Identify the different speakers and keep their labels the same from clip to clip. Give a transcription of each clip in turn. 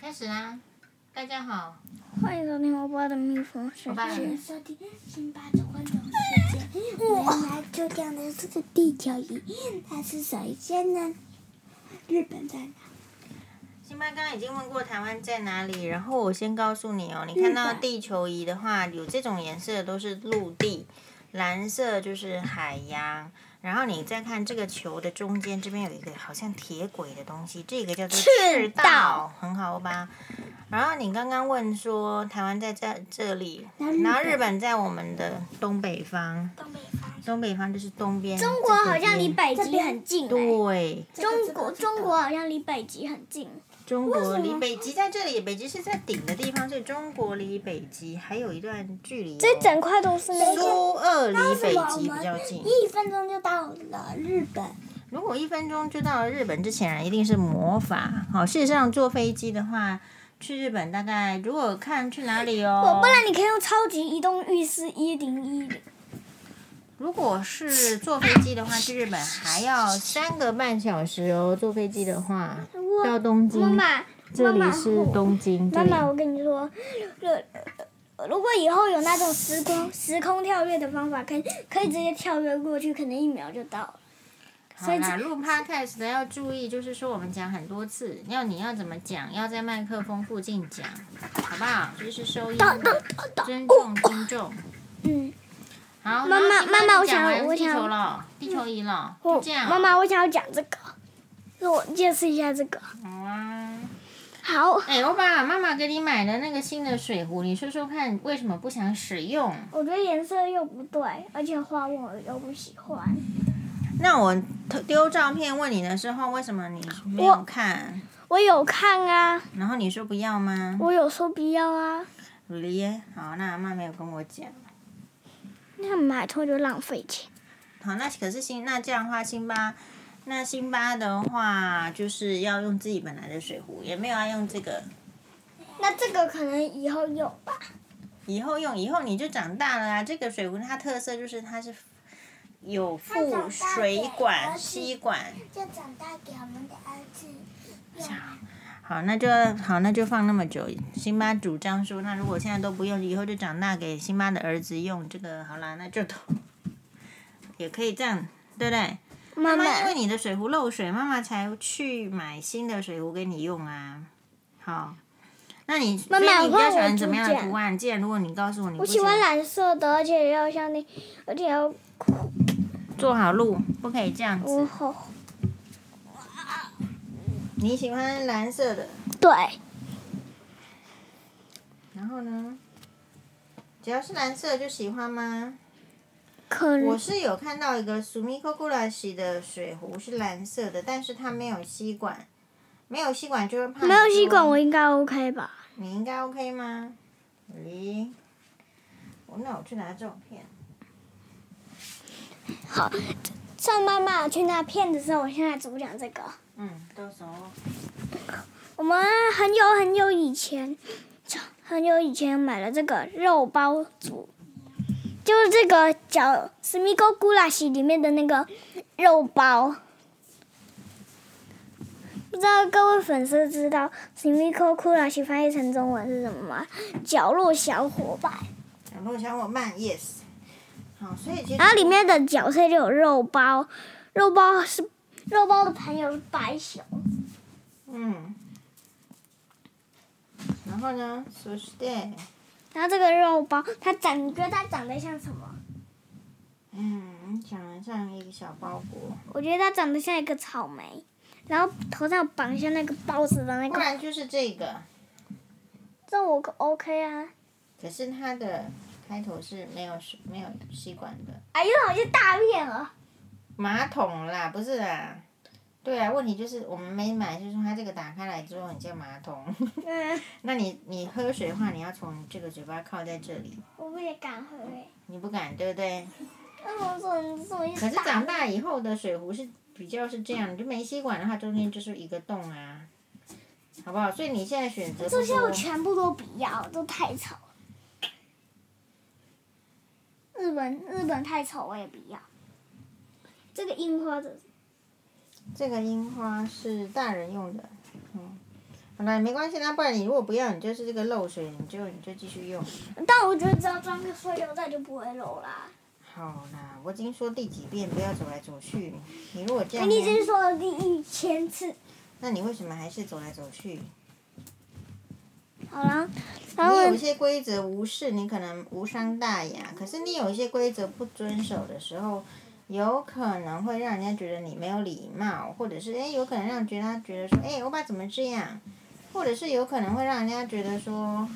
Speaker 1: 开始啦！大家好，
Speaker 2: 欢迎收听欧巴的蜜蜂世
Speaker 1: 欧巴
Speaker 2: 界。
Speaker 3: 收听《辛巴的欢乐世界》，原来就这样的这个地球仪，它是谁先呢？日本在哪？
Speaker 1: 辛巴刚刚已经问过台湾在哪里，然后我先告诉你哦，你看到
Speaker 3: 日本
Speaker 1: 地球仪的话，有这种颜色的都是陆地，蓝色就是海洋，然后你再看这个球的中间这边有一个好像铁轨的东西，这个叫做
Speaker 2: 赤道
Speaker 1: 道，很好吧？然后你刚刚问说台湾在这这里，
Speaker 3: 那日
Speaker 1: 然后
Speaker 3: 本
Speaker 1: 日本在我们的东北方，
Speaker 3: 东北方。
Speaker 1: 东北方就是东边，
Speaker 2: 中国好像离
Speaker 1: 北
Speaker 2: 北极很近、欸，
Speaker 1: 对。
Speaker 2: 中国中国好像离北极很近。
Speaker 1: 中国
Speaker 3: 为什
Speaker 1: 离
Speaker 3: 么
Speaker 1: 北极在这里，北极是在顶的地方，所以中国离北极还有一段距离、哦。哦
Speaker 2: 块都是那
Speaker 1: 苏俄离北极比较近。
Speaker 3: 一分钟就到了日本，
Speaker 1: 如果一分钟就到了日本之前，一定是魔法。好，事实上坐飞机的话，去日本大概如果看去哪里哦，
Speaker 2: 我不然你可以用超级移动浴室一零一零。
Speaker 1: 如果是坐飞机的话，去日本还要三个半小时哦。坐飞机的话，到东京，
Speaker 2: 妈妈，
Speaker 1: 这里
Speaker 2: 妈妈
Speaker 1: 是东京，这
Speaker 2: 妈
Speaker 1: 里
Speaker 2: 妈，我跟你说，如如果以后有那种时空时空跳跃的方法，可以可以直接跳跃过去，可能一秒就到了。
Speaker 1: 好
Speaker 2: 所以
Speaker 1: 啦，
Speaker 2: 这
Speaker 1: 录 podcast 的要注意，就是说我们讲很多次，要你要怎么讲，要在麦克风附近讲，好不好？就是收音，尊重听众。
Speaker 2: 嗯，
Speaker 1: 好，
Speaker 2: 妈
Speaker 1: 然
Speaker 2: 妈
Speaker 1: 后
Speaker 2: 妈妈
Speaker 1: 你
Speaker 2: 我想
Speaker 1: 讲完
Speaker 2: 我
Speaker 1: 地
Speaker 2: 想
Speaker 1: 球了，地球仪了，
Speaker 2: 我
Speaker 1: 就这样。
Speaker 2: 哦妈，妈，我想要讲这个，那我解释一下这个。
Speaker 1: 好啊。
Speaker 2: 好，
Speaker 1: 哎，欧巴，妈妈给你买的那个新的水壶，你说说看，为什么不想使用？
Speaker 2: 我觉得颜色又不对，而且花纹我又不喜欢。
Speaker 1: 那我丢照片问你的时候，为什么你没
Speaker 2: 有我
Speaker 1: 看？
Speaker 2: 我有看啊，
Speaker 1: 然后你说不要吗？
Speaker 2: 我有说不要啊，
Speaker 1: 咧，好，那阿妈没有跟我讲。
Speaker 2: 那买错就浪费钱。
Speaker 1: 好，那可是辛那这样的话，辛巴，那辛巴的话就是要用自己本来的水壶，也没有要用这个。
Speaker 2: 那这个可能以后有吧。
Speaker 1: 以后用，以后你就长大了啊。这个水壶它特色就是它是有
Speaker 3: 它
Speaker 1: 附
Speaker 3: 长大
Speaker 1: 水
Speaker 3: 对
Speaker 1: 管、
Speaker 3: 而且
Speaker 1: 吸管。
Speaker 3: 就长大给我们的儿子用。
Speaker 1: 好，那就好，那就放那么久。辛巴主张说，那如果现在都不用，以后就长大给辛巴的儿子用。这个好啦，那就都 也可以这样，对不对？
Speaker 2: 妈
Speaker 1: 妈
Speaker 2: 妈，
Speaker 1: 因为你的水壶漏水，妈妈才去买新的水壶给你用啊。好，那你
Speaker 2: 妈妈
Speaker 1: 所以你比较
Speaker 2: 换
Speaker 1: 喜
Speaker 2: 我
Speaker 1: 欢怎么样的
Speaker 2: 主见
Speaker 1: 图案？既然如果你告诉我你不
Speaker 2: 我喜欢蓝色的，而且要像那，而且要
Speaker 1: 做好路，不可以这样
Speaker 2: 我
Speaker 1: 子。
Speaker 2: 好
Speaker 1: 你喜欢蓝色的，
Speaker 2: 对，
Speaker 1: 然后呢？只要是蓝色就喜欢吗？
Speaker 2: 可
Speaker 1: 我
Speaker 2: 能
Speaker 1: 是有看到一个 Sumiko Gurashi 的水壶是蓝色的，但是它没有吸管，没有吸管就会怕
Speaker 2: 没有吸管，
Speaker 1: 说
Speaker 2: 我应该 OK 吧？
Speaker 1: 你应该 OK 吗？咦，我那我去拿照片。
Speaker 2: 好，上妈妈去那片的时候，我现在主讲这个。
Speaker 1: 嗯，到时候
Speaker 2: 我们很久很久以前，很久以前买了这个肉包组，就是这个叫史密勾古拉西里面的那个肉包。不知道各位粉丝知道史密勾古拉西翻译成中文是什么吗？角落小伙伴。
Speaker 1: 角落小伙伴，yes。好，所以其实
Speaker 2: 然后里面的角色就有肉包，肉包是肉包的朋友是白熊。
Speaker 1: 嗯，然后呢，そして
Speaker 2: 然后这个肉包，它长，你觉得它长得像什么？
Speaker 1: 嗯，讲得像一个小包裹，
Speaker 2: 我觉得它长得像一个草莓，然后头上绑一下那个包子的那
Speaker 1: 不
Speaker 2: 个，
Speaker 1: 然就是这个，
Speaker 2: 这我可 OK 啊。
Speaker 1: 可是它的开头是没有水没有吸管的
Speaker 2: 哎呦，好像大便了。
Speaker 1: 马桶啦，不是啦。对啊，问题就是我们没买，就是它这个打开来之后很像马桶。
Speaker 2: 嗯，
Speaker 1: 那你你喝水的话，你要从这个嘴巴靠在这里，
Speaker 2: 我不也敢喝哎、
Speaker 1: 你不敢对不对？
Speaker 2: 那我怎么怎么一
Speaker 1: 可
Speaker 2: 直
Speaker 1: 是
Speaker 2: 大
Speaker 1: 长大以后的水壶是比较是这样，你就没吸管的话，中间就是一个洞啊，好不好？所以你现在选择
Speaker 2: 这
Speaker 1: 不啊
Speaker 2: 些我
Speaker 1: 多。
Speaker 2: 全部都不要，都太丑了。日本日本太丑，我也不要。这个樱花的，
Speaker 1: 这个樱花是大人用的，嗯，好了，没关系啦，不然你如果不要，你就是这个漏水，你就你就继续用。
Speaker 2: 但我觉得只要装个塑料袋就不会漏啦。
Speaker 1: 好啦，我已经说第几遍不要走来走去。你如果这样，
Speaker 2: 哎你已经说了第一千次。
Speaker 1: 那你为什么还是走来走去？
Speaker 2: 好啦，然后
Speaker 1: 你有一些规则无视，你可能无伤大雅；可是你有一些规则不遵守的时候，有可能会让人家觉得你没有礼貌，或者是诶，有可能让觉得他觉得说，诶，欧巴怎么这样？或者是有可能会让人家觉得说，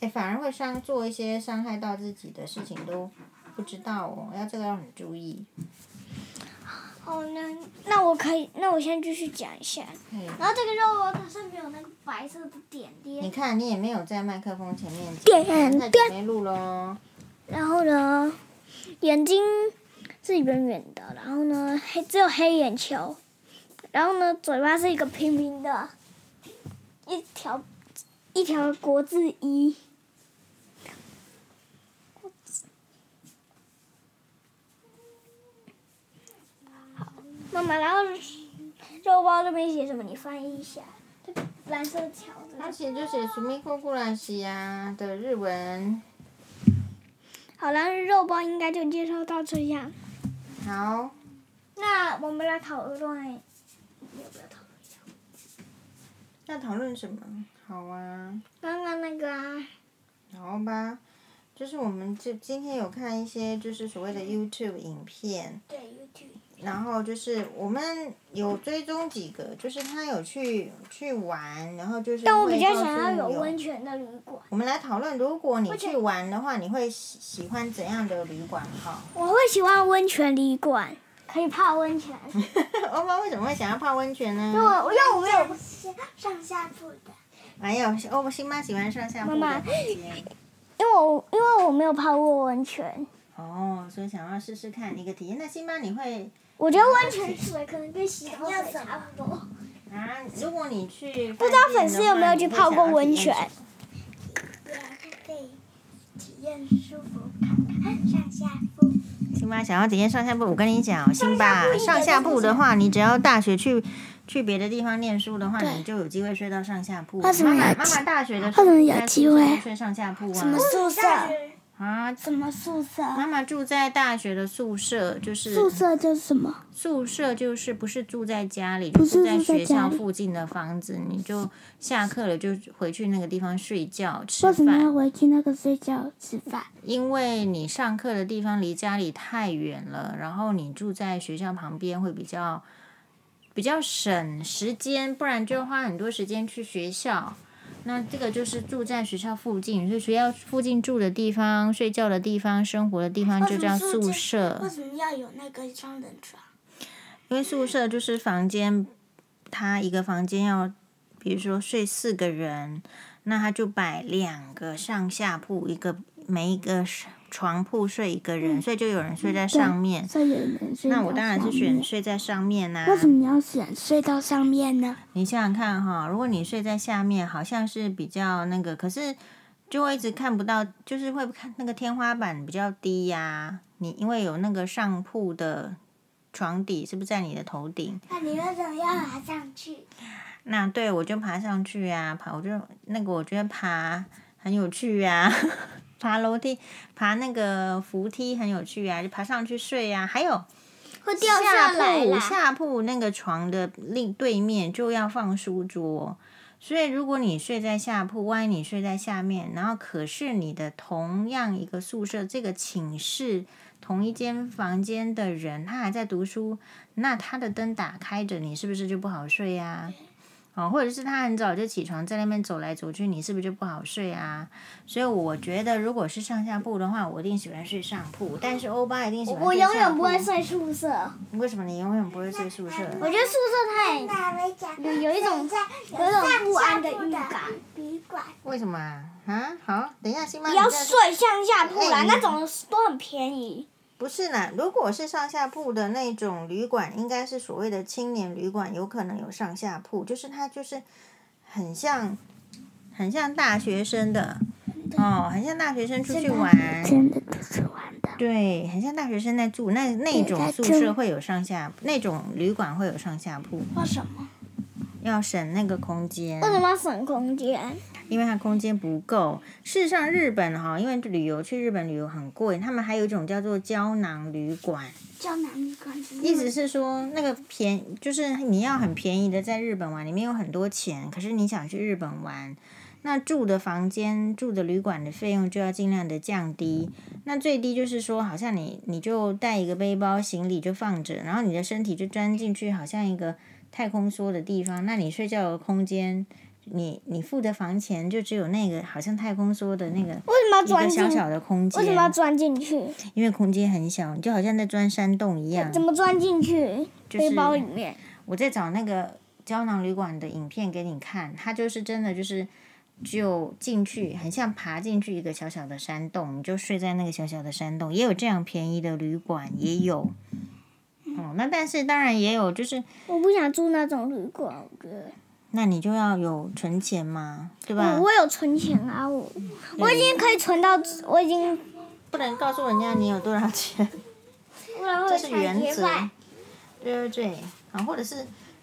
Speaker 1: 诶，反而会伤做一些伤害到自己的事情都不知道哦，要这个要很注意。
Speaker 2: 哦，那那我可以，那我先继续讲一下。
Speaker 1: 嗯，
Speaker 2: 然后这个肉包它上面有那个白色的点
Speaker 1: 你
Speaker 2: 点，
Speaker 1: 看你也没有在麦克风前面讲，
Speaker 2: 点
Speaker 1: 那就没录喽。
Speaker 2: 然后呢，眼睛是圆圆的，然后呢黑只有黑眼球，然后呢嘴巴是一个平平的，一条一条国字一。妈妈，然后肉包这边写什么？你翻译一下，这蓝色条的。
Speaker 1: 他写就写“苏米库库拉西”呀的日文。
Speaker 2: 好了，肉包应该就介绍到这样。
Speaker 1: 好，
Speaker 2: 那我们来讨论，要不要讨论？
Speaker 1: 那讨论什么？好啊，
Speaker 2: 刚刚那个啊，
Speaker 1: 好吧，就是我们这今天有看一些就是所谓的 YouTube 影片，
Speaker 3: 对，YouTube。
Speaker 1: 然后就是我们有追踪几个，就是他有去去玩，然后就是
Speaker 2: 但我
Speaker 1: 会
Speaker 2: 比较
Speaker 1: 告
Speaker 2: 想
Speaker 1: 诉
Speaker 2: 要有
Speaker 1: 有
Speaker 2: 温泉的旅馆，
Speaker 1: 我们来讨论，如果你
Speaker 2: 而且
Speaker 1: 去玩的话，你会喜喜欢怎样的旅馆 哈？
Speaker 2: 我会喜欢温泉旅馆，可以泡温泉。
Speaker 1: 欧巴为什么会想要泡温泉
Speaker 2: 因为
Speaker 1: 呢？
Speaker 2: 啊我因为我有
Speaker 3: 上下铺的，
Speaker 1: 还有欧辛巴喜欢上下铺的
Speaker 2: 妈妈
Speaker 1: 房间。
Speaker 2: 因为我因为我没有泡过温泉，
Speaker 1: 哦，所以想要试试看一个体验。那辛巴你会
Speaker 2: 我觉得温泉水可能跟洗头水差不多。
Speaker 1: 啊？如果你去
Speaker 2: 不知道粉丝有没有去泡过温泉
Speaker 1: 饭店的话你会想要体验什么
Speaker 3: 对啊，它可以体验舒服感，上下铺。
Speaker 1: 辛巴想要体验上下铺，我跟你讲哦，辛
Speaker 2: 上下
Speaker 1: 巴
Speaker 2: 铺
Speaker 1: 上下铺的话，你只要大学去去别的地方念书的话，
Speaker 3: 对
Speaker 1: 你就有机会睡到上下铺。
Speaker 3: 为什么有
Speaker 1: 妈妈
Speaker 3: 机
Speaker 1: 妈妈大学的时候
Speaker 3: 为什么有
Speaker 1: 在
Speaker 3: 机会
Speaker 1: 宿舍睡上下铺啊？
Speaker 3: 宿舍？
Speaker 1: 啊？
Speaker 3: 什么宿舍？
Speaker 1: 妈妈住在大学的宿舍，就是
Speaker 3: 宿舍就是什么？
Speaker 1: 宿舍就是不是住在家里，
Speaker 3: 不
Speaker 1: 就是在
Speaker 3: 住在
Speaker 1: 学
Speaker 3: 家
Speaker 1: 校
Speaker 3: 里
Speaker 1: 附近的房子，你就下课了就回去那个地方睡觉吃
Speaker 3: 为什么
Speaker 1: 饭
Speaker 3: 要。回去那个睡觉吃饭？
Speaker 1: 因为你上课的地方离家里太远了，然后你住在学校旁边会比较比较省时间，不然就花很多时间去学校。那这个就是住在学校附近，所以学校附近住的地方、睡觉的地方、生活的地方就叫宿舍。
Speaker 3: 什么要有那个双人床？
Speaker 1: 因为宿舍就是房间，他一个房间要，比如说睡四个人，那他就摆两个上下铺，一个每一个床铺睡一个人，所以就有人睡在上面。
Speaker 3: 所以有人睡到
Speaker 1: 那我当然是
Speaker 3: 上
Speaker 1: 选
Speaker 3: 面
Speaker 1: 睡在上面啦、
Speaker 3: 为什么要选睡到上面呢？
Speaker 1: 你想想看哈、如果你睡在下面，好像是比较那个，可是就会一直看不到，就是会看那个天花板比较低呀、你因为有那个上铺的床底，是不是在你的头顶？
Speaker 3: 那你为什么要爬上去？
Speaker 1: 那对我就爬上去啊，爬我就那个我觉得爬很有趣啊， 爬楼梯、爬那个扶梯很有趣啊，就爬上去睡啊。还有
Speaker 2: 会
Speaker 1: 下
Speaker 2: 掉下来
Speaker 1: 铺
Speaker 2: 啦。
Speaker 1: 下铺那个床的另对面就要放书桌，所以如果你睡在下铺，万一你睡在下面，然后可是你的同样一个宿舍这个寝室同一间房间的人他还在读书，那他的灯打开着，你是不是就不好睡呀、哦，或者是他很早就起床，在那边走来走去，你是不是就不好睡啊？所以我觉得，如果是上下铺的话，我一定喜欢睡上铺，但是欧巴一定喜欢
Speaker 2: 我
Speaker 1: 睡下
Speaker 2: 永远不
Speaker 1: 铺
Speaker 2: 会睡宿舍，
Speaker 1: 为什么你永远不会睡宿舍？
Speaker 2: 我觉得宿舍太
Speaker 3: 那我讲
Speaker 2: 哎有有一种有一种不安的预感。
Speaker 3: 旅馆，
Speaker 1: 为什么啊？啊，好，等一下，辛巴，
Speaker 2: 不
Speaker 1: 你
Speaker 2: 要
Speaker 1: 再
Speaker 2: 睡上下铺啦，
Speaker 1: 哎你
Speaker 2: 那种都很便宜。
Speaker 1: 不是啦，如果是上下铺的那种旅馆，应该是所谓的青年旅馆，有可能有上下铺，就是它就是很像很像大学生的哦，很像大学生出去玩，
Speaker 3: 真的不是玩的。
Speaker 1: 对，很像大学生在住那那种宿舍会有上下，那种旅馆会有上下铺，
Speaker 3: 为什么？
Speaker 1: 要省那个空间
Speaker 2: 为，什么要省空间？
Speaker 1: 因为它空间不够。事实上，日本哈，因为旅游去日本旅游很贵，他们还有一种叫做胶囊旅馆，
Speaker 3: 胶囊旅馆是
Speaker 1: 意思是说那个便就是你要很便宜的在日本玩，你没有很多钱，可是你想去日本玩，那住的房间、住的旅馆的费用就要尽量的降低。那最低就是说，好像你你就带一个背包、行李就放着，然后你的身体就钻进去，好像一个太空梭的地方。那你睡觉的空间，你你付的房钱就只有那个好像太空梭的那个
Speaker 2: 为什么要
Speaker 1: 一个
Speaker 2: 钻进？
Speaker 1: 小小的空间
Speaker 2: 为，什么要钻进去？
Speaker 1: 因为空间很小，你就好像在钻山洞一样
Speaker 2: 怎。么钻进去？
Speaker 1: 嗯就是
Speaker 2: 背包里面。
Speaker 1: 我在找那个胶囊旅馆的影片给你看，它就是真的就是就进去，很像爬进去一个小小的山洞，你就睡在那个小小的山洞，也有这样便宜的旅馆也有。哦，那但是当然也有，就是
Speaker 2: 我不想住那种旅馆，我觉得。
Speaker 1: 那你就要有存钱嘛，对吧
Speaker 2: 我？我有存钱啊，我我已经可以存到，我已经
Speaker 1: 不能告诉人家你有多少钱，
Speaker 2: 不然
Speaker 1: 这
Speaker 2: 会
Speaker 1: 是原
Speaker 2: 产业
Speaker 1: 则
Speaker 2: 败。
Speaker 1: 对对对，啊，或者是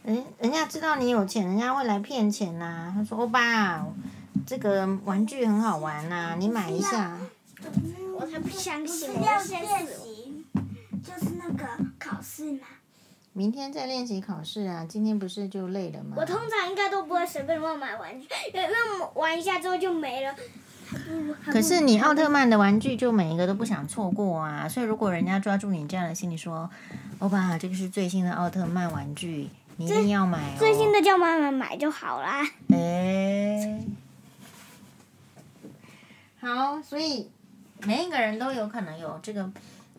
Speaker 1: 人人家知道你有钱，人家会来骗钱呐、他说：“欧巴，这个玩具很好玩呐、你买一下。”
Speaker 2: 我才不相信
Speaker 3: 不是要练习，就是那个考试嘛。
Speaker 1: 明天再练习考试啊！今天不是就累了吗？
Speaker 2: 我通常应该都不会随便乱买玩具，因为玩一下之后就没
Speaker 1: 哦
Speaker 2: 了。
Speaker 1: 可是你奥特曼的玩具就每一个都不想错过啊！所以如果人家抓住你这样的心理说，欧巴，这个是最新的奥特曼玩具，你一定要买哦。
Speaker 2: 最新的叫妈妈买就好啦。
Speaker 1: 哎，好，所以每一个人都有可能有这个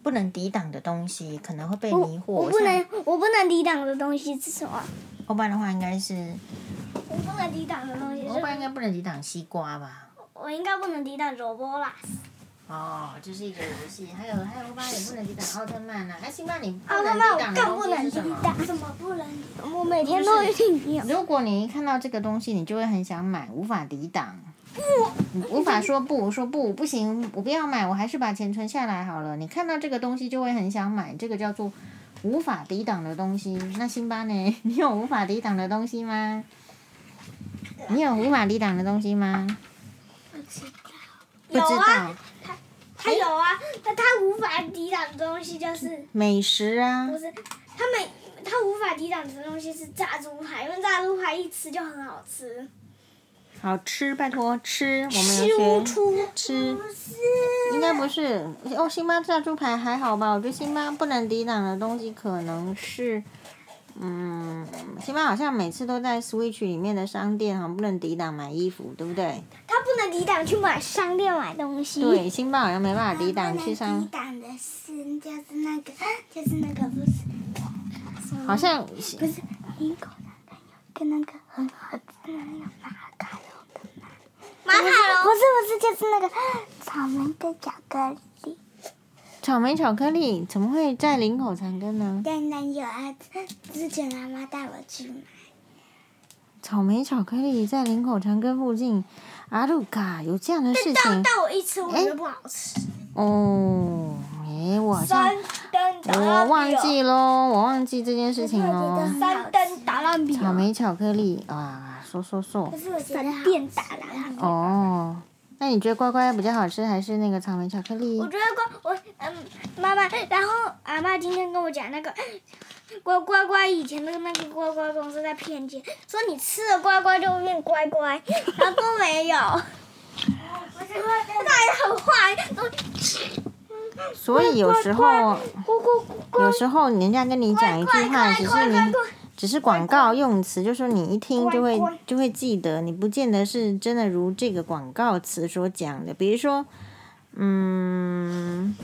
Speaker 1: 不能抵挡的东西，可哦能会被迷惑。
Speaker 2: 我不
Speaker 1: 像
Speaker 2: 能，我不能抵挡的东西是什么？
Speaker 1: 欧巴的话，应该是
Speaker 2: 我不能抵挡的东西
Speaker 1: 欧巴应
Speaker 2: 是，
Speaker 1: 该不能抵挡西瓜吧？
Speaker 2: 我应该不能抵挡萝卜啦。
Speaker 1: 哦，这是一个游戏，还有还有欧巴也不能抵挡奥特曼啊，哎，辛巴你不
Speaker 2: 奥特
Speaker 1: 能
Speaker 2: 曼
Speaker 1: 抵
Speaker 2: 我
Speaker 1: 挡的
Speaker 2: 更
Speaker 1: 东
Speaker 2: 不
Speaker 1: 西
Speaker 2: 能
Speaker 1: 是
Speaker 2: 抵
Speaker 1: 什么？
Speaker 2: 挡，
Speaker 3: 怎么不能？
Speaker 2: 我每天都一定有。
Speaker 1: 如果你一看到这个东西，你就会很想买，无法抵挡，不，无法说不，说不，不行，我不要买，我还是把钱存下来好了。你看到这个东西就会很想买，这个叫做无法抵挡的东西。那辛巴呢？ 你有无法抵挡的东西吗？你有无法抵挡的东西吗？
Speaker 3: 不知道。
Speaker 1: 不知
Speaker 2: 有
Speaker 1: 道
Speaker 2: 啊，，他有啊，但他无法抵挡的东西就是
Speaker 1: 美食啊
Speaker 2: 不，是他们他无法抵挡的东西是炸猪排，因为炸猪排一吃就很好吃。
Speaker 1: 好吃，拜托吃，我们
Speaker 2: 吃
Speaker 1: 有
Speaker 2: 无
Speaker 1: 学
Speaker 2: 出，
Speaker 1: 吃。
Speaker 3: 是。
Speaker 1: 应该不是哦，辛巴炸猪排还好吧？我觉得辛巴不能抵挡的东西可能是，嗯，辛巴好像每次都在 Switch 里面的商店好像不能抵挡买衣服，对不对？
Speaker 2: 他不能抵挡去买商店买东西。
Speaker 1: 对，辛巴好像没办法抵挡去
Speaker 3: 抵
Speaker 1: 商，
Speaker 3: 挡的是就是那个就是那个不是。
Speaker 1: 好像
Speaker 3: 不是英国那个跟那个很好吃的那个马卡龙的马。
Speaker 2: 马卡
Speaker 3: 不
Speaker 2: 龙
Speaker 3: 是不是，就是那个草莓的巧克力。
Speaker 1: 草莓巧克力怎么会在林口长庚呢？
Speaker 3: 当然有啊，之前妈妈带我去买。
Speaker 1: 草莓巧克力在林口长庚附近，阿鲁卡有这样的事
Speaker 2: 但
Speaker 1: 情
Speaker 2: 但我一吃我觉得不好吃。
Speaker 1: 哦？诶，我好像
Speaker 2: 三灯打
Speaker 1: 我
Speaker 2: 蜡
Speaker 1: 忘
Speaker 2: 笔
Speaker 1: 记喽，我忘记这件事情喽。
Speaker 2: 哦，三灯打蜡笔哦，
Speaker 1: 草莓巧克力啊，说说说
Speaker 3: 可是我觉得好
Speaker 2: 闪电打蜡笔。
Speaker 1: 哦。那你觉得乖乖比较好吃，还是那个草莓巧克力
Speaker 2: 我？觉得乖，我嗯，妈妈，然后阿妈今天跟我讲那个乖乖乖以前那个那个乖乖公司在骗钱，说你吃了乖乖就会变乖乖，然后都没有，他
Speaker 3: 不是我的
Speaker 2: 还很坏，都
Speaker 1: 所以有时候，
Speaker 2: 咕咕咕
Speaker 1: 有
Speaker 2: 咕，
Speaker 1: 时候人家跟你讲一句
Speaker 2: 乖
Speaker 1: 话，
Speaker 2: 乖
Speaker 1: 只
Speaker 2: 乖
Speaker 1: 是
Speaker 2: 乖
Speaker 1: 你
Speaker 2: 乖，
Speaker 1: 只是广告用词，就说你一听就会
Speaker 2: 乖乖
Speaker 1: 就会记得，你不见得是真的如这个广告词所讲的。比如说，嗯，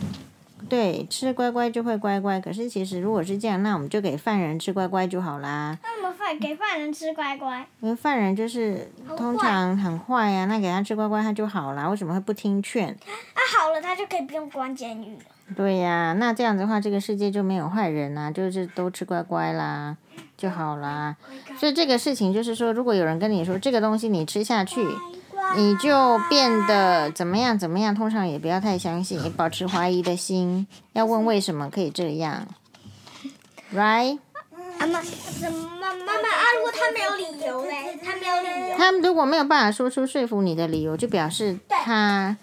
Speaker 1: 对，吃乖乖就会乖乖。可是其实如果是这样，那我们就给犯人吃乖乖就好啦。
Speaker 2: 那我们饭给犯人吃乖乖，啊
Speaker 1: 因为犯人就是
Speaker 2: 很
Speaker 1: 通
Speaker 2: 坏
Speaker 1: 常很坏呀、那给他吃乖乖他就好啦，为什么会不听劝？
Speaker 2: 啊好了，他就可以不用关监狱了。
Speaker 1: 对呀、那这样子的话，这个世界就没有坏人啦、就是都吃乖乖啦就好啦。所以这个事情就是说，如果有人跟你说这个东西你吃下去，你就变得怎么样怎么样，通常也不要太相信，也保持怀疑的心，要问为什么可以这样，right？
Speaker 2: 阿妈，怎么妈妈啊？如果他没有理由
Speaker 1: 他们如果没有办法说出说服你的理由，就表示他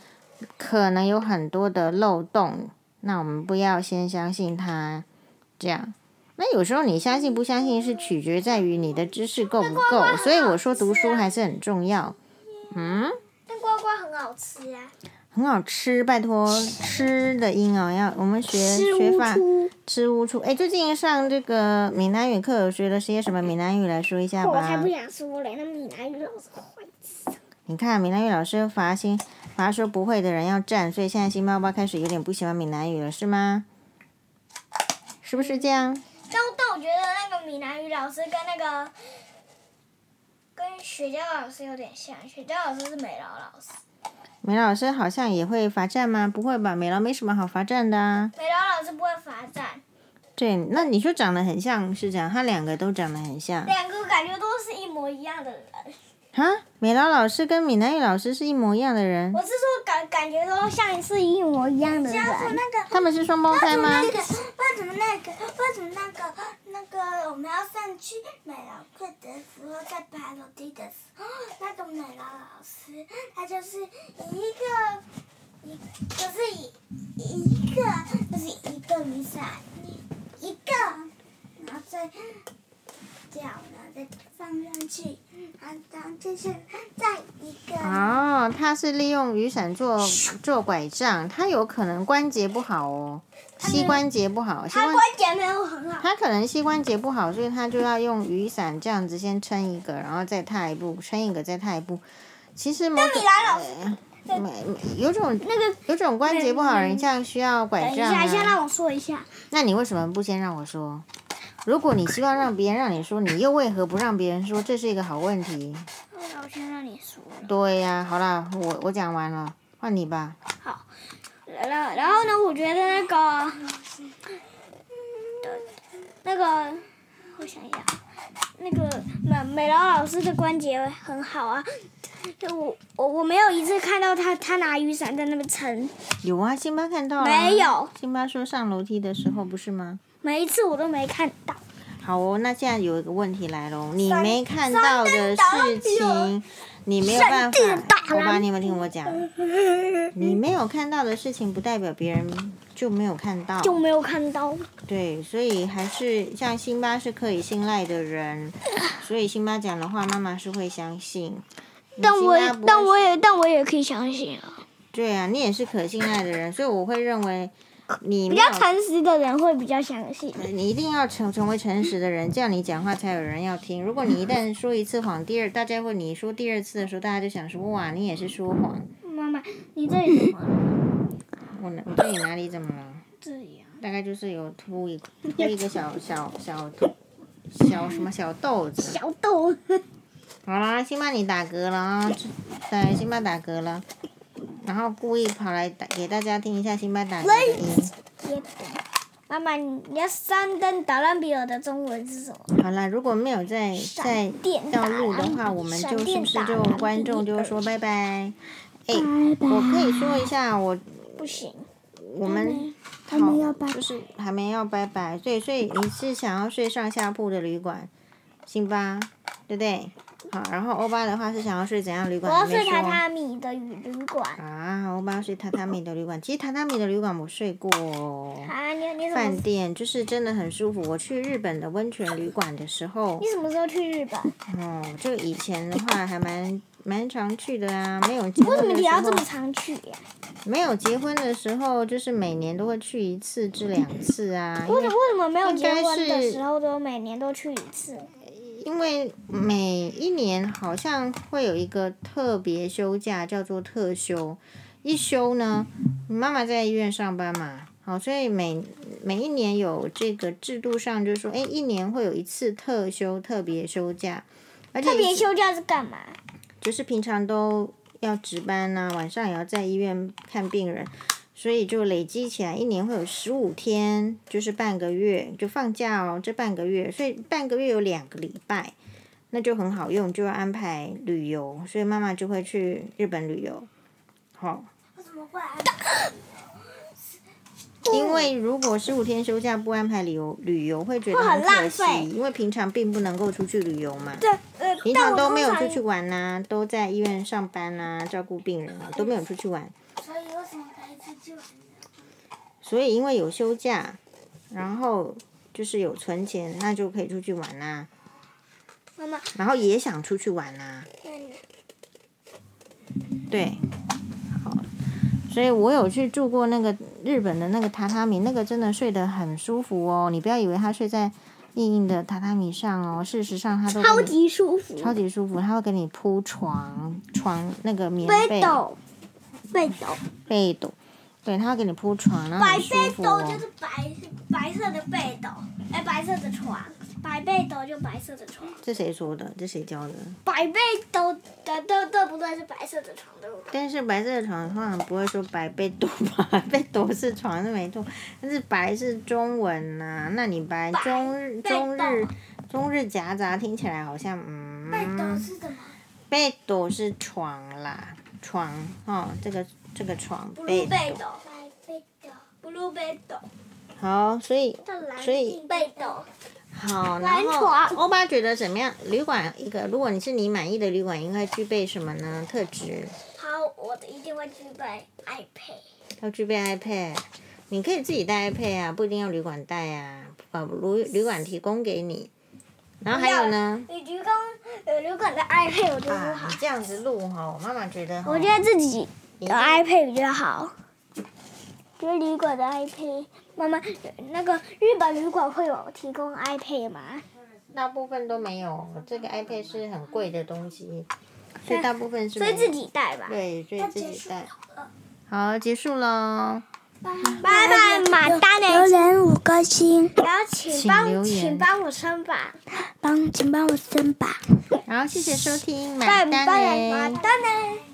Speaker 1: 可能有很多的漏洞。那我们不要先相信他，这样。那有时候你相信不相信是取决在于你的知识够不够，所以我说读书还是很重要。嗯，
Speaker 2: 但呱呱很好吃啊，
Speaker 1: 很好吃，拜托吃的音哦，要我们学
Speaker 2: 吃
Speaker 1: 学
Speaker 2: 无
Speaker 1: 法
Speaker 2: 出。
Speaker 1: 吃乌醋。哎，最近上这个闽南语课有学了些什么闽南语来说一下
Speaker 2: 哦我
Speaker 1: 吧。
Speaker 2: 才不想说嘞，那闽南语老师坏死。
Speaker 1: 你看，闽南语老师罚新罚说不会的人要站，所以现在新包包开始有点不喜欢闽南语了，是吗？是不是这样？
Speaker 2: 但但我觉得那个闽南语老师跟那个跟雪娇老师有点像，雪娇老师是美劳老师，
Speaker 1: 美劳老师好像也会罚站吗？不会吧，美劳没什么好罚站的啊。
Speaker 2: 美劳老师不会罚站，
Speaker 1: 对，那你说长得很像是这样，他两个都长得很像
Speaker 2: 两个感觉都是一模一样的人。
Speaker 1: 啊。美劳老师跟闽南语老师是一模一样的人
Speaker 2: 我，是说感感觉都像是一模一样的人。
Speaker 3: 那个
Speaker 1: 他们是双胞胎吗？
Speaker 3: 那个为什么那个为什么那个那个我们要上去美劳课的时候，在爬楼梯的时候，那个美劳老师他就是一个一就是一一个就是一个雨伞，一个，然后再这样，然后再放上去，然后然后就是再一个。
Speaker 1: 哦，他是利用雨伞做做拐杖，他有可能关节不好哦，膝关节不好，膝
Speaker 2: 他
Speaker 1: 关
Speaker 2: 关节没有很好，
Speaker 1: 他可能膝关节不好，所以他就要用雨伞这样子先撑一个，然后再踏一步，撑一个再踏一步。其实某种呃没有种
Speaker 2: 那个
Speaker 1: 有种关节不好的人，像需要拐
Speaker 2: 等一
Speaker 1: 杖、
Speaker 2: 下，先
Speaker 1: 啊。
Speaker 2: 让我说一下。
Speaker 1: 那你为什么不先让我说？如果你希望让别人让你说，你又为何不让别人说？这是一个好问题。
Speaker 2: 我先让你说。
Speaker 1: 对呀、好啦，我我讲完了，换你吧。
Speaker 2: 然后然后呢？我觉得那个，对那个，我想一下，那个美美劳老师的关节很好啊。就我我我没有一次看到他他拿雨伞在那边撑，
Speaker 1: 有啊，辛巴看到了。
Speaker 2: 没。有，
Speaker 1: 辛巴说上楼梯的时候不是吗？
Speaker 2: 每一次我都没看到。
Speaker 1: 好哦，那现在有一个问题来喽，你没看到的事情，你没有办法
Speaker 2: 上帝大。
Speaker 1: 我
Speaker 2: 人
Speaker 1: 吧，你有没有听我讲？你没有看到的事情，不代表别人就没有看到。
Speaker 2: 就没有看到，
Speaker 1: 对，所以还是像辛巴是可以信赖的人，所以辛巴讲的话，妈妈是会相信。
Speaker 2: 但我
Speaker 1: 辛巴不会
Speaker 2: 但我也但我也可以相信啊。
Speaker 1: 对啊，你也是可信赖的人，所以我会认为你没
Speaker 2: 比较
Speaker 1: 有
Speaker 2: 诚实的人会比较相信。
Speaker 1: 呃你一定要成成为诚实的人，这样你讲话才有人要听。如果你一旦说一次谎，第二大家会你说第二次的时候，大家就想说哇，你也是说谎。
Speaker 2: 妈妈，你这里怎么了？
Speaker 1: 我哪我这里哪里怎么了？
Speaker 2: 这里啊，
Speaker 1: 大概就是有凸一凸一个小小小小什么小豆子。
Speaker 2: 小豆。
Speaker 1: 好啦，辛巴你打嗝了啊！这对，辛巴打嗝了，然后故意跑来打给大家听一下辛巴打嗝的音。
Speaker 2: 妈妈，你要三灯打烂比尔的中文是什么？
Speaker 1: 好啦，如果没有在在
Speaker 2: 闪电
Speaker 1: 要
Speaker 2: 打
Speaker 1: 录的话，
Speaker 2: 蓝
Speaker 1: 我们
Speaker 2: 闪
Speaker 1: 就
Speaker 2: 电
Speaker 1: 是不是
Speaker 2: 打
Speaker 1: 就
Speaker 2: 蓝
Speaker 1: 观
Speaker 2: 比
Speaker 1: 众就
Speaker 2: 尔
Speaker 1: 说拜拜？哎，我可以说一下，我
Speaker 2: 不行，
Speaker 1: 我们
Speaker 3: 还没要拜拜
Speaker 1: 就是还没要拜拜，所以所以你是想要睡上下铺的旅馆，辛巴，对不对？好，然后欧巴的话是想要睡怎样旅
Speaker 2: 我
Speaker 1: 馆？
Speaker 2: 要
Speaker 1: 还没
Speaker 2: 睡
Speaker 1: 说
Speaker 2: 榻榻米的旅馆。
Speaker 1: 啊，欧巴睡榻榻米的旅馆，其实榻榻米的旅馆我睡过哦。
Speaker 2: 啊，你你怎
Speaker 1: 饭
Speaker 2: 么
Speaker 1: 店就是真的很舒服。我去日本的温泉旅馆的时候
Speaker 2: 你，什么时候去日本？
Speaker 1: 哦，就以前的话还蛮蛮常去的啊，没有结
Speaker 2: 为什
Speaker 1: 婚
Speaker 2: 么
Speaker 1: 的
Speaker 2: 你
Speaker 1: 时
Speaker 2: 要这
Speaker 1: 候
Speaker 2: 么，常去呀、
Speaker 1: 没有结婚的时候，就是每年都会去一次至两次啊。因
Speaker 2: 为
Speaker 1: 为
Speaker 2: 什么为什么没有结婚
Speaker 1: 应该
Speaker 2: 的
Speaker 1: 是
Speaker 2: 时候都每年都去一次？
Speaker 1: 因为每一年好像会有一个特别休假，叫做特休。一休呢，你妈妈在医院上班嘛，好，所以每每一年有这个制度上，就是说，哎，一年会有一次特休、特别休假，而且
Speaker 2: 特别
Speaker 1: 一次
Speaker 2: 休假是干嘛？
Speaker 1: 就是平常都要值班呐、晚上也要在医院看病人，所以就累积起来，一年会有十五天，就是半个月就放假哦，这半个月，所以半个月有两个礼拜，那就很好用，就要安排旅游，所以妈妈就会去日本旅游。好、
Speaker 3: 为什么会安？
Speaker 1: 因为如果十五天休假不安排旅游，旅游会觉得
Speaker 3: 会很
Speaker 1: 可
Speaker 3: 浪
Speaker 1: 惜
Speaker 3: 费，
Speaker 1: 因为平常并不能够出去旅游嘛。
Speaker 3: 对，呃，
Speaker 1: 平
Speaker 3: 但
Speaker 1: 常
Speaker 3: 我
Speaker 1: 都没有
Speaker 3: 通常
Speaker 1: 出去玩呐、都在医院上班呐、照顾病人啊，都没有出去玩。
Speaker 3: 所以为什么可以出去玩呢？
Speaker 1: 所以因为有休假，然后就是有存钱，那就可以出去玩呐、
Speaker 2: 妈妈，
Speaker 1: 然后也想出去玩呐、对，好，所以我有去住过那个日本的那个榻榻米，那个真的睡得很舒服哦。你不要以为它睡在硬硬的榻榻米上哦，事实上它都
Speaker 2: 超
Speaker 1: 给你
Speaker 2: 级舒服，
Speaker 1: 超级舒服，它会给你铺床床那个棉
Speaker 2: 北
Speaker 1: 被
Speaker 2: 斗，北斗，
Speaker 1: 被斗，对，它会给你铺床，然后
Speaker 3: 白
Speaker 1: 很舒
Speaker 3: 被
Speaker 1: 服
Speaker 3: 斗
Speaker 1: 哦
Speaker 3: 就是白白色的被斗，哎，白色的床，白被斗就白色的床，
Speaker 1: 这谁说的？这谁教的？
Speaker 3: 白被斗的对对不对？是白色的床对不对？
Speaker 1: 但是白色的床通常不会说白被斗吧？ 被斗是床是没错，但是白是中文呐、那你白
Speaker 3: 白
Speaker 1: 中日
Speaker 3: 被
Speaker 1: 中日
Speaker 3: 斗
Speaker 1: 中日夹杂听起来好像
Speaker 3: 被斗
Speaker 1: 嗯，
Speaker 3: 是什么？
Speaker 1: 被斗是床啦，床哦，这个这个床
Speaker 3: 布
Speaker 1: 被
Speaker 3: 鲁
Speaker 1: 斗
Speaker 3: 被斗，白被斗，布鲁被斗，
Speaker 1: 好，所以所以
Speaker 3: 被斗，
Speaker 1: 好，然
Speaker 2: 蓝
Speaker 1: 后
Speaker 2: 床
Speaker 1: 欧巴觉得怎么样？旅馆一个，如果你是你满意的旅馆，应该具备什么呢？特质？
Speaker 3: 好，我一定会具备 iPad。
Speaker 1: 要具备 iPad，你可以自己带 iPad 啊，不一定要旅馆带啊，啊旅旅馆提供给你。然后还有呢？
Speaker 3: 你提供呃旅馆的 iPad 我都不
Speaker 1: 啊
Speaker 3: 好，，
Speaker 1: 这样子录哈，我妈妈觉得哈，
Speaker 2: 我觉得哎自己
Speaker 1: 你
Speaker 2: 的 iPad 比较好。觉得旅馆的 iPad，妈妈，那个日本旅馆会有提供 iPad 吗？
Speaker 1: 大部分都没有，这个 iPad 是很贵的东西，所以大部分是
Speaker 2: 所
Speaker 1: 没
Speaker 2: 以
Speaker 1: 有
Speaker 2: 自己带吧。
Speaker 1: 对，所以自己带。
Speaker 3: 了，
Speaker 1: 好，结束喽，
Speaker 2: 拜拜，
Speaker 3: 啊
Speaker 2: 马丹
Speaker 4: 留
Speaker 2: 呢？
Speaker 4: 言五颗星，
Speaker 3: 然后请
Speaker 1: 请留
Speaker 3: 帮
Speaker 1: 言
Speaker 3: 请帮我升吧，
Speaker 4: 帮请帮我升吧。
Speaker 1: 然后谢谢收听，
Speaker 3: 拜
Speaker 1: 买单
Speaker 3: 拜，
Speaker 1: 嘞
Speaker 3: 马。丹呢？